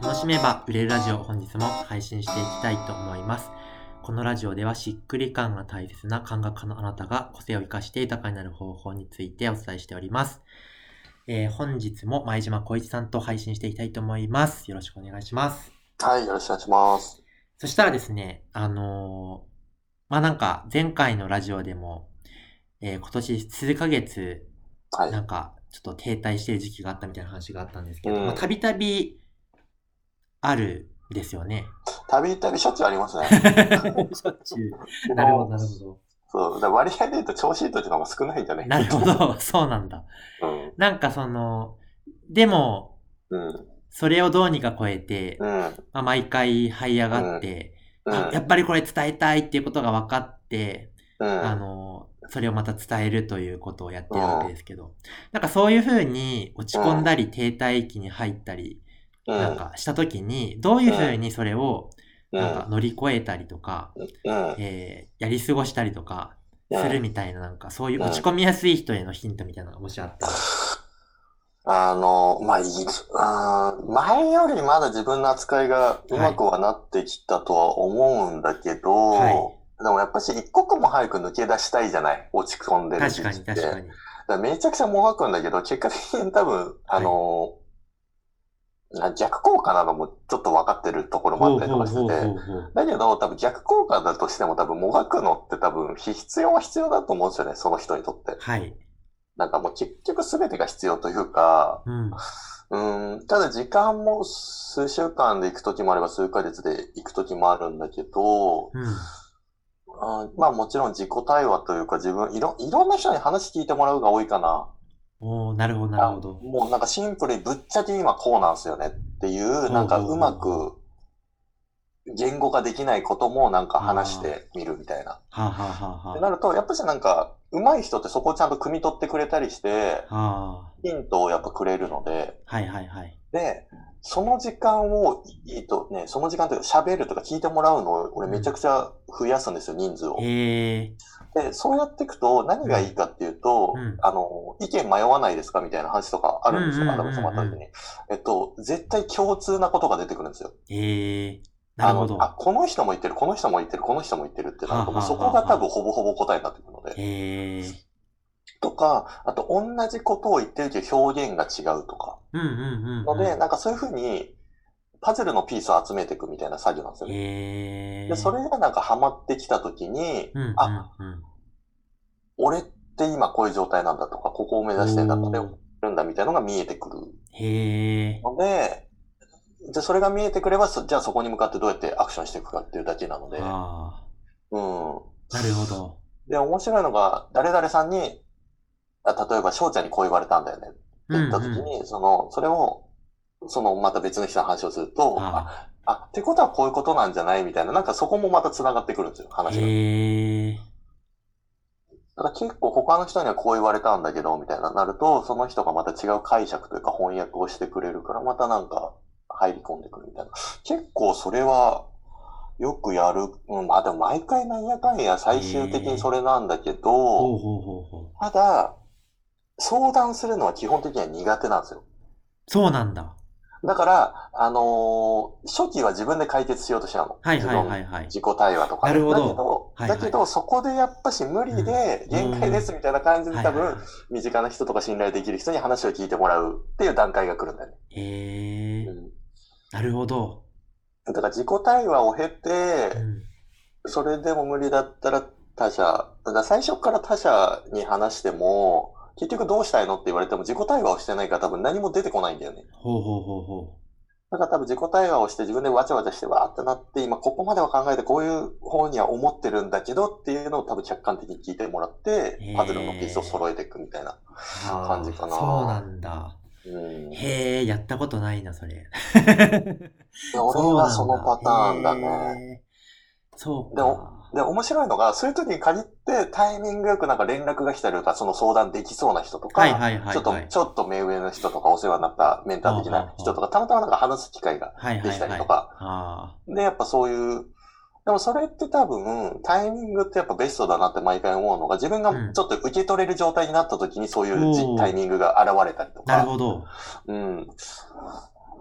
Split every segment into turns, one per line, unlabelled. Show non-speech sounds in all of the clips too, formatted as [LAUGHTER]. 楽しめば売れるラジオ本日も配信していきたいと思います。このラジオではしっくり感が大切な感覚家のあなたが個性を活かして豊かになる方法についてお伝えしております。えー本日も前島浩一さんと配信していきたいと思います。よろしくお願いします。
はい、よろしくお願いします。
そしたらですね、あのーまあ、なんか前回のラジオでも、えー今年数ヶ月
はい。
なんか、ちょっと停滞してる時期があったみたいな話があったんですけど、
うん
まあたびたびあるんですよね。
たびたびしょっちゅうありますね。
[LAUGHS] しょっちゅうなるほど、なるほど。
そう、だから割合で言うと調子いい時の方が少ないんじゃない
なるほど、 [LAUGHS] そうなんだ。
[LAUGHS] うん。
なんかその、でも、
うん。
それをどうにか超えて、
うん。うん。
まあ、毎回這い上がって、あやっぱりこれ伝えたいっていうことが分かって、
うん。
あの、それをまた伝えるということをやってるわけですけど、なんかそういうふうに落ち込んだり停滞期に入ったり、
うん。
なんかした時に、どういうふうにそれを
うん、
なんか乗り越えたりとか、
うん。
えーやり過ごしたりとかするみたいな、なんかそういう
うん
落ち込みやすい人へのヒントみたいなのがもしあったら。
あの、まあ、いい、あー前よりまだ自分の扱いがうまくはなってきたとは思うんだけど、
はい
でもやっぱし一刻も早く抜け出したいじゃない落ち込んでる時
確
期
か
って
に。確かに。
だからめちゃくちゃもがくんだけど、結果的に多分、あのーな逆効果なのもちょっと分かってるところもあ
ほ
っ
う
たり
ほ
と
う
かし
ほう
て
ほ
て。
うほう。
だけど、多分逆効果だとしても多分もがくのって多分必要は必要だと思うんですよね、その人にとって。
はい。
なんかもう結局全てが必要というか、
うん。
うーん、ただ時間も数週間で行く時もあれば数ヶ月で行く時もあるんだけど、
うん。
うんまあもちろん自己対話というか自分、いろ、いろんな人に話聞いてもらうが多いかな。
おーなるほど、なるほど。
もうなんかシンプルにぶっちゃけ今こうなんすよねっていう、
ん
なんかうまく言語化できないこともなんか話してみるみたいな。
はあ、はあはあ
って
は
なると、やっぱしなんか上手い人ってそこをちゃんと汲み取ってくれたりして、
あ、は
ヒントをやっぱくれるので、
あ。はいはいはい。
で、その時間を、えっとね、その時間というか喋るとか聞いてもらうのを俺めちゃくちゃ増やすんですよ、人数を。
へえ。
で、そうやっていくと何がいいかっていうと、
うん
あの、意見迷わないですかみたいな話とかあるんです
うん
よ、
うんう
ア
んう
ダ
ん
ムさんもあった時に。えっと、絶対共通なことが出てくるんですよ。
へえ。なるほど
あの。あ、この人も言ってる、この人も言ってる、この人も言ってるってなると、も
はあは
う
あ
そ
はあ
こが多分ほぼほぼ答えになってくるので。
へえ。
とか、あと同じことを言ってるけど表現が違うとか。
うんうんうん、うん。
ので、なんかそういうふうに、パズルのピースを集めていくみたいな作業なんですよね。
へえ。
で、それがなんかハマってきた時に、
うんうんうん、
あ俺って今こういう状態なんだとか、ここを目指してんだ、これを
おー
やるんだみたいなのが見えてくる
へえ。
ので、じゃあそれが見えてくれば、そじゃあそこに向かってどうやってアクションしていくかっていうだけなので、
あ
うん。
あ、なるほど。
で、面白いのが、誰々さんに、あ例えば、翔ちゃんにこう言われたんだよねって言った時に、
うんうん
その、それを、その、また別の人の話をすると、あ
あ
あってことはこういうことなんじゃないみたいな、なんかそこもまた繋がってくるんですよ、
あ、
話が。
へえ。
だから結構他の人にはこう言われたんだけど、みたいななると、その人がまた違う解釈というか翻訳をしてくれるから、またなんか入り込んでくるみたいな。 [LAUGHS] 結構それは、よくやる。うん、まあでも毎回なんやかんや最終的にそれなんだけ
ほ
ど、
うほうほうほう。
ただ、相談するのは基本的には苦手なんですよ。
そうなんだ。
だから、あのー初期は自分で解決しようとしちゃうの。
はいはいはいはい。
自己対話とかね。
なるほど
だけど、
はいはい
だけどそこでやっぱし無理で、
うん
限界ですみたいな感じで
はい
多
はい
分
は、
身近な人とか信頼できる人に話を聞いてもらうっていう段階が来るんだよね。
いへえ
う。ん
なるほど。
だから自己対話を経
う
て、
ん
それでも無理だったら他者、だから最初から他者に話しても、結局どうしたいのって言われても自己対話をしてないから多分何も出てこないんだよね。
ほうほうほうほ
だから多分自己対話をして自分でわちゃわちゃしてわーってなって、今ここまでは考えてこういう方には思ってるんだけどっていうのを多分客観的に聞いてもらって
へー、
パズルのピースを揃えていくみたいな。
う。はあ
感じかな
そうなんだ。
うん。
へえ、やったことないな、それ。
俺はそのパターンだね。
ね。そう
で
か。
で、面白いのが、そういう時に限ってタイミングよくなんか連絡が来たりとか、その相談できそうな人とか、
はいはいはいはい。
ちょっと、ちょっと目上の人とか、お世話になったメンター的な人とか、たまたまなんか話す機会が
はいはい
で
は
き
い。
たりと
あ
か、
あ。
で、やっぱそういう、でもそれって多分、タイミングってやっぱベストだなって毎回思うのが、自分
うん
がちょっと受け取れる状態になった時にそうい
おー
うタイミングが現れたりと
なる
か、
ほど。
うん。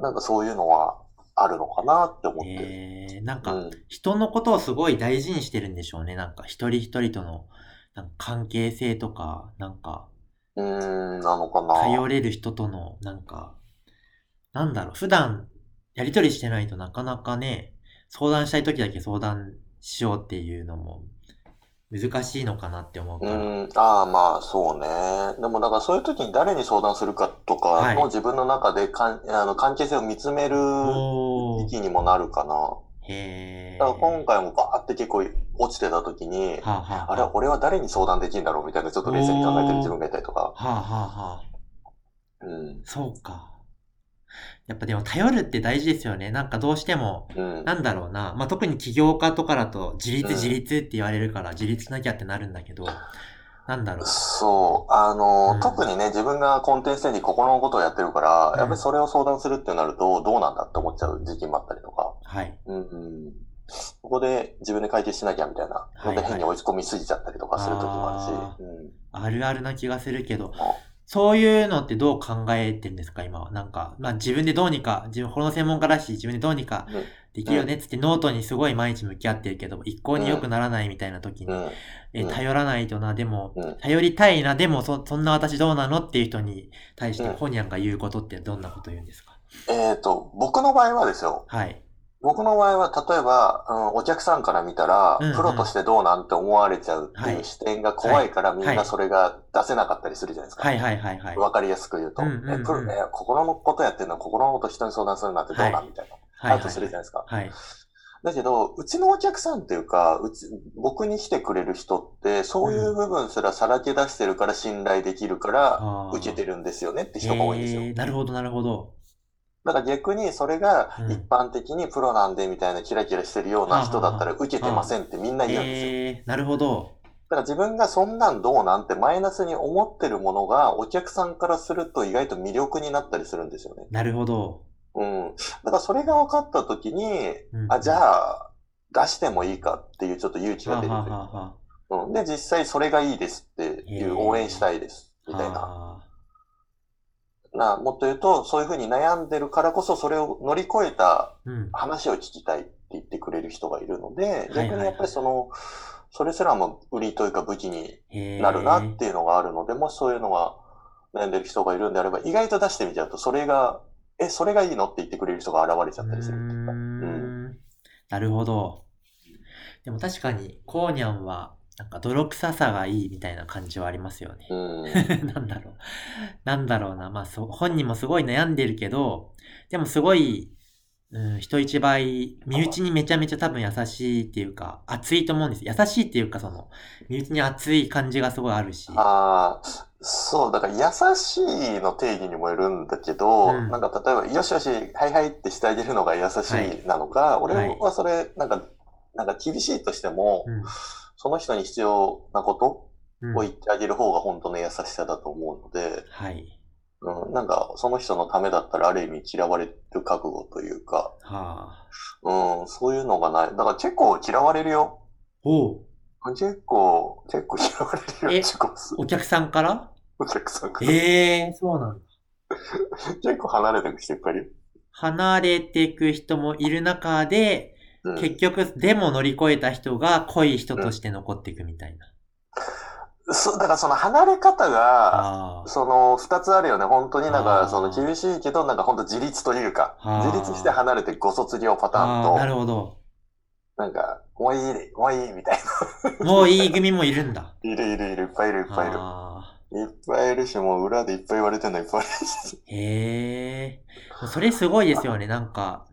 なんかそういうのは、あるのかなって思ってる。
えー、なん
う
か
ん、
人のことをすごい大事にしてるんでしょうね。なんか一人一人とのなんか関係性とか、なんか
うーん、なのかな。
頼れる人とのなんか、なんだろう、普段やりとりしてないとなかなかね、相談したい時だけ相談しようっていうのも難しいのかなって思う
う
から。
ん、ああ、まあ、そうね。でも、だからそういう時に誰に相談するかと
は
か
い
の自分の中でかん、あの関係性を見つめる
お
時
ー。
期にもなるかな。
へー。
だから今回もバーって結構落ちてた時に、
はあ、はあ、
あれ、俺は誰に相談できるんだろうみたいな、ちょっと冷静に考えてる自分がいたりとか。
はあ、はあ、はあ。
うん。
そうか。やっぱでも頼るって大事ですよね。なんかどうしても、
うん。
なんだろうな。まあ、特に起業家とかだと、自立
うん
自立って言われるから、自立しなきゃってなるんだけど、なんだろう。
そう。あの、
うん
特にね、自分がコンテンツに心のことをやってるから、
うん
やっぱりそれを相談するってなると、どうなんだって思っちゃう時期もあったりとか。
はい。
うんうん。そこで自分で解決しなきゃみたいな。
はいはい
で変に追い込みすぎちゃったりとかする時もあ
あ
るし。うん。
あるあるな気がするけど
あ、
そういうのってどう考えてるんですか、今は。なんか、まあ、自分でどうにか、自分、この専門家だし、自分でどうにか
うん
できるよねっつって、ノートにすごい毎日向き合ってるけど、一向に良くならないみたいな時に、
うん。
え
うん
頼らないとな、でも、
うん
頼りたいな、でもそ、そんな私どうなのっていう人に対して、
うん
ホニャンが言うことってどんなこと言うんですか
えっ、と、僕の場合はですよ。
はい。
僕の場合は、例えば、うん、お客さんから見たら、
うんうん
プロとしてどうなんて思われちゃうってい
はいう
視点が怖いから、みん
は
ないそれが出せなかったりするじゃないですか。
はいはいはいはい。
わかりやすく言うと、
うんうんうん
えプロね、心のことやってるのは心のこと人に相談するなんてどうな
は
んみたいな、
はい
あるとするじゃないですか。
はい。
だけど、うちのお客さんっていうか、うち、僕に来てくれる人って、そういう部分すらさらけ出してるから信頼できるから、
あー
受けてるんですよねって人が多いんですよ。
えーなるほどなるほど。
だから逆にそれが
うん
一般的にプロなんでみたいなキラキラしてるような人だったら受けてませんってみんな言うんですよ。
えー、なるほど。
だから自分がそんなんどうなんてマイナスに思ってるものがお客さんからすると意外と魅力になったりするんですよね。
なるほど。
うん。だからそれが分かったときに、
うん
あ、じゃあ、出してもいいかっていうちょっと勇気が出る
はあ
という
はあ
か。
は
うん。で、実際それがいいですってい
へー
う、応援したいです、
あ
みたいな。
あ
な、もっと言うと、そういうふうに悩んでるからこそ、それを乗り越えた
ーうん。
話を聞きたいって言ってくれる人がいるので、
はいはい
逆にやっぱりその、それすらも売りというか武器に
へー
なるなっていうのがあるので、もしそういうのが悩んでる人がいるんであれば、意外と出してみちゃうと、それが、え、それがいいのって言ってくれる人が現れちゃったりするっていうか。
うーんなるほど。でも確かに、コーニャンは、なんか泥臭さがいいみたいな感じはありますよね。
うん。
[LAUGHS] なんだろう。なんだろうな。まあ、そう、本人もすごい悩んでるけど、でもすごい、うん、人一倍、身内にめちゃめちゃ多分優しいっていうか、熱いと思うんです。優しいっていうか、その、身内に熱い感じがすごいあるし。
ああ、そう、だから優しいの定義にもよるんだけど、
うん
なんか例えば、よしよし、はいはいってしてあげるのが優しいなのか、俺
はい
はそれ、なんか、なんか厳しいとしても、
うん
その人に必要なこと
うん
を言ってあげる方が本当の優しさだと思うので、
はい。
うん、なんかその人のためだったらある意味嫌われる覚悟というか、
はあ。
うん、そういうのがない。だから結構嫌われるよ。
おう
結構、結構嫌われる
え
よ、自己す
お客さんから
お客さんから。
ええそうなんだ。
結構離れてる人いっぱいいるよ。
離れていく人もいる中で、
うん
結局、でも乗り越えた人が濃い人として残っていくみたいな。
そう、だからその離れ方が、
ああ。
その二つあるよね。本当になん
あー
か、その厳しいけど、なんか本当自立というか、
あー
自立して離れてご卒業パタ
ああ、な
ーンと、
るほど。
なんか、もういいね、もういいみたい
もういい組もいるんだ。
な。いるいるいる、いっぱいいる、いっぱいいる。
あ
いっぱいいるし、もう裏でいっぱい言われてるのいっぱいいるし。
ーへえ。それすごいですよね、なんか。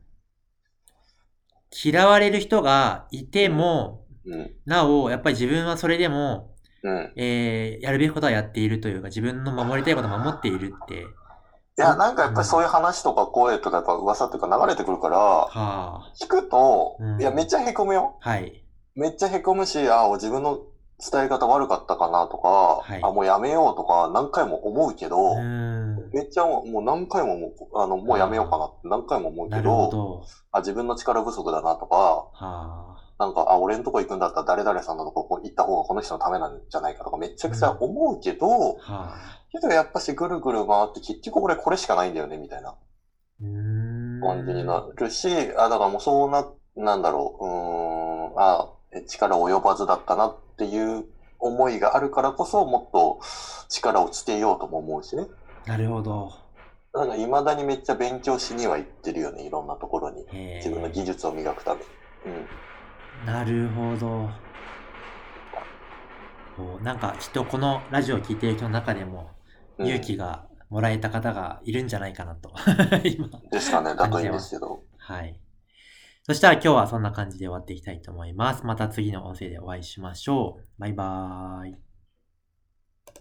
嫌われる人がいても、
うん、
なお、やっぱり自分はそれでも、
うん。
えー、やるべきことはやっているというか、自分の守りたいことを守っているって。
いや、なんかやっぱりそういう話とか声とかやっぱ噂とか流れてくるから、
はあ。
聞くと
うん、
いや、めっちゃ凹むよ。
はい。
めっちゃ凹むし、ああ、自分の伝え方悪かったかなとか
はい、
あ、もうやめようとか何回も思うけ
う
ど、
ーん。
めっちゃもうもう何回ももう、あの、もうやめようかなって何回も思うけ
な
ど、
るほど。は
あ、自分の力不足だなとか、
あ。
なんか、あ、俺のとこ行くんだったら誰々さんのとこ行った方がこの人のためなんじゃないかとかめちゃくちゃ思うけど、
はあ。
けどやっぱしぐるぐる回って結局俺これしかないんだよね、みたいな。
うーん。
感じになるし、あ、だからもうそうな、なんだろう、うーん、あ、力及ばずだったなっていう思いがあるからこそ、もっと力をつけようとも思うしね。
なるほど。
なんか未だにめっちゃ勉強しには行ってるよね、いろんなところに。
へ
自分の技
え。
術を磨くために。うん。
なるほど。こうなんかきっとこのラジオを聞いている人の中でも
うん
勇気がもらえた方がいるんじゃないかなと。 [LAUGHS] 今。
ですかね、だといいんですけど。
はい。そしたら今日はそんな感じで終わっていきたいと思います。また次の音声でお会いしましょう。バイバーイ。